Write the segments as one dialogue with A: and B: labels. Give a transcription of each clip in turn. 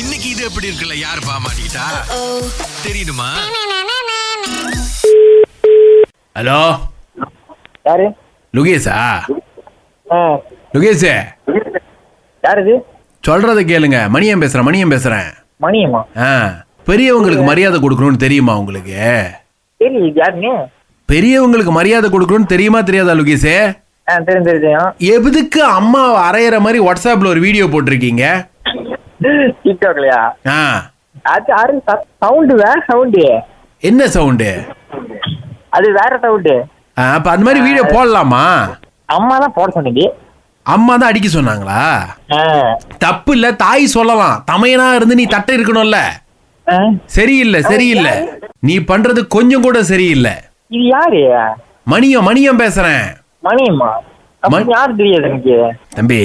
A: இன்னைக்கு இது எப்படி இருக்குல்ல யார் பாமாட்டா தெரியுமா
B: ஹலோ
C: யாரு
B: லுகேஷா
C: ஆ
B: லுகேஷே
C: யார் இது
B: சொல்றத கேளுங்க மணியம் பேசுறேன் மணியம் பேசுறேன்
C: மணியம்மா
B: ஆ பெரியவங்களுக்கு மரியாதை கொடுக்கணும்னு தெரியுமா உங்களுக்கு
C: சரி இது யாருங்க
B: பெரியவங்களுக்கு மரியாதை கொடுக்கணும்னு தெரியுமா தெரியாதா லுகேஷே
C: ஆ தெரியும் தெரியும், தெரியும்
B: எதுக்கு அம்மா அரையிற மாதிரி வாட்ஸ்அப்ல ஒரு வீடியோ போட்டிருக்கீங்க
C: டிக்டாக்லையா
B: ஆ
C: அது யாரு சவுண்டு வேற சவுண்டு
B: என்ன சவுண்டு
C: அது வேற சவுண்டு
B: அப்ப அந்த மாதிரி வீடியோ போடலாமா
C: அம்மா தான் போட சொன்னீங்க
B: அம்மா தான் அடிக்க சொன்னாங்களா
C: ஆ
B: தப்பு இல்ல தாய் சொல்லலாம் தமையனா இருந்து நீ தட்டை இருக்கணும்ல
C: ஆ.
B: சரியில்லை சரியில்லை நீ பண்றது கொஞ்சம் கூட சரியில்லை
C: இது யாரு
B: மணியம் மணியம் பேசுறேன்
C: மணியம்மா அப்படி
B: மண்-
C: யாரு தெரியாது எனக்கு
B: தம்பி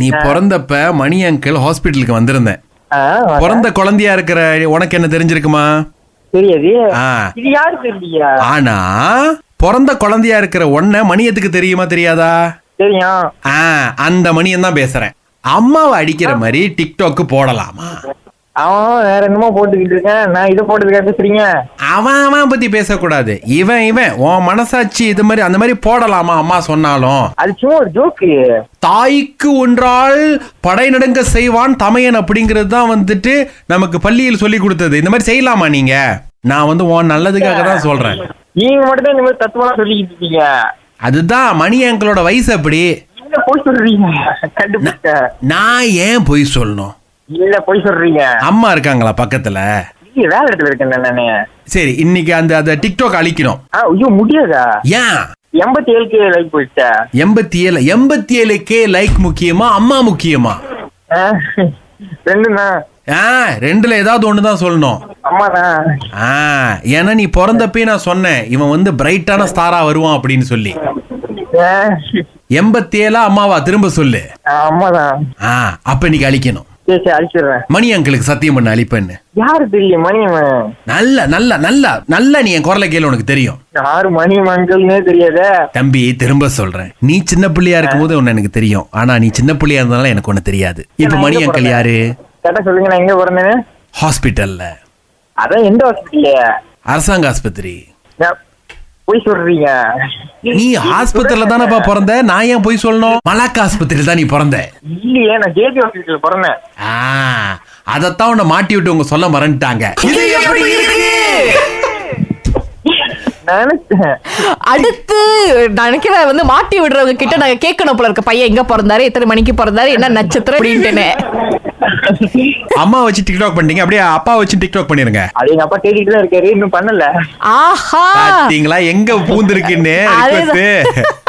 B: நீ பிறந்தப்ப மணி அங்கிள் ஹாஸ்பிட்டலுக்கு வந்திருந்தேன்
C: ஆ, வாங்க.
B: பிறந்த குழந்தையா இருக்கிற உனக்கு என்ன தெரிஞ்சிருக்குமா
C: தெரியாது
B: ஆ.
C: இது யாரு தெரியலையா
B: ஆனா பிறந்த குழந்தையா இருக்கிற உன்னை மணியத்துக்கு தெரியுமா தெரியாதா
C: தெரியும்
B: ஆ அந்த மணியம் தான் பேசுறேன் அம்மாவை அடிக்கிற மாதிரி டிக்டாக் போடலாமா
C: அவன் வேற என்னமோ போட்டுக்கிட்டு இருக்கேன் நான் இதை போட்டதுக்காக பேசுறீங்க
B: அவன் அவன் பத்தி பேசக்கூடாது இவன் இவன் உன் மனசாட்சி இது மாதிரி அந்த மாதிரி போடலாமா அம்மா சொன்னாலும்
C: அது சும்மா ஒரு ஜோக்கு
B: தாய்க்கு ஒன்றால் படை நடுங்க செய்வான் தமையன் அப்படிங்கிறது தான் வந்துட்டு நமக்கு பள்ளியில் சொல்லி கொடுத்தது இந்த மாதிரி செய்யலாமா நீங்க நான் வந்து உன் நல்லதுக்காக தான் சொல்றேன்
C: நீங்க மட்டும் தான் இந்த மாதிரி தத்துவம் சொல்லிக்கிட்டு இருக்கீங்க
B: அதுதான் மணி அங்கிளோட வயசு அப்படி
C: என்ன போய் சொல்றீங்க கண்டுபிடிச்சேன்
B: நான் ஏன் பொய் சொல்லணும்
C: இல்ல போய் சொல்றீங்க
B: அம்மா இருக்காங்களா பக்கத்துல
C: நீங்க வேற இடத்துல இருக்கேன் நானு
B: சரி இன்னைக்கு அந்த அந்த டிக்டாக் அழிக்கணும்
C: ஆ ஐயோ முடியாதா
B: ஏன்
C: எண்பத்தி ஏழுக்கு லைக் போயிடுச்சா
B: எண்பத்தி ஏழு எண்பத்தி ஏழு கே லைக் முக்கியமா அம்மா முக்கியமா
C: ஆ, ரெண்டும் தான்
B: ஆ ரெண்டுல ஏதாவது ஒன்று தான் சொல்லணும்
C: அம்மா தான்
B: ஆ ஏன்னா நீ பிறந்தப்பே நான் சொன்னேன் இவன் வந்து பிரைட்டான ஸ்டாரா வருவான் அப்படின்னு சொல்லி
C: ஆ,
B: எண்பத்தி ஏழா அம்மாவா திரும்ப சொல்லு
C: ஆ, அம்மா தான்
B: ஆ அப்ப இன்னைக்கு அழிக்கணும்
C: சரி சரி அழிச்சிடுறேன்
B: மணி அங்கிளுக்கு சத்தியம் பண்ண அழிப்பேன்னு
C: யாரு தெரியும் மணியம்மன்
B: நல்ல நல்ல நல்ல நல்ல நீ என் குரலை கேளு உனக்கு தெரியும்
C: யாரு மணியம்மன்கள்னே தெரியாதே
B: தம்பி திரும்ப சொல்றேன் நீ சின்ன பிள்ளையா இருக்கும்போது ஒன்னு எனக்கு தெரியும் ஆனா நீ சின்ன பிள்ளையா இருந்தனால எனக்கு ஒண்ணு தெரியாது இப்ப மணி அங்கிள் யாரு
C: கேட்டா சொல்லுங்க நான் எங்க பிறந்தேன்னு
B: ஹாஸ்பிட்டல்ல
C: அதான் எந்த ஹாஸ்பிட்டல்
B: அரசாங்க ஆஸ்பத்திரி
C: போய் சொல்றீங்க
B: நீ ஆஸ்பத்திரியில தானப்பா பிறந்த நான் ஏன் போய் சொல்லணும் மலாக்கா ஆஸ்பத்திரியில தான் நீ பிறந்த
C: இல்லையே நான் ஜேபி ஹாஸ்பிட்டல் பிறந்தேன்
B: ஆ, அதத்தான் உன்னை மாட்டி விட்டு உங்க சொல்ல மறந்துட்டாங்க இது எப்படி இருக்கு?
C: நினைச்சேன்
D: அடுத்து நினைக்கிறேன் வந்து மாட்டி விடுறவங்க கிட்ட நாங்க கேட்கணும் போல இருக்க பையன் எங்க பிறந்தாரு எத்தனை மணிக்கு பிறந்தாரு என்ன நட்சத்திரம் அப்படின்ட்டுன்னு
B: அம்மா வச்சு டிக்டாக் பண்ணீங்க அப்படியே அப்பா வச்சு டிக்டாக் பண்ணிருங்க
C: அது எங்க அப்பா கேட்டுட்டு தான் இருக்காரு இன்னும் பண்ணல
D: ஆஹா
B: பாத்தீங்களா எங்க பூந்துருக்குன்னு
D: அதேதான்.
B: request.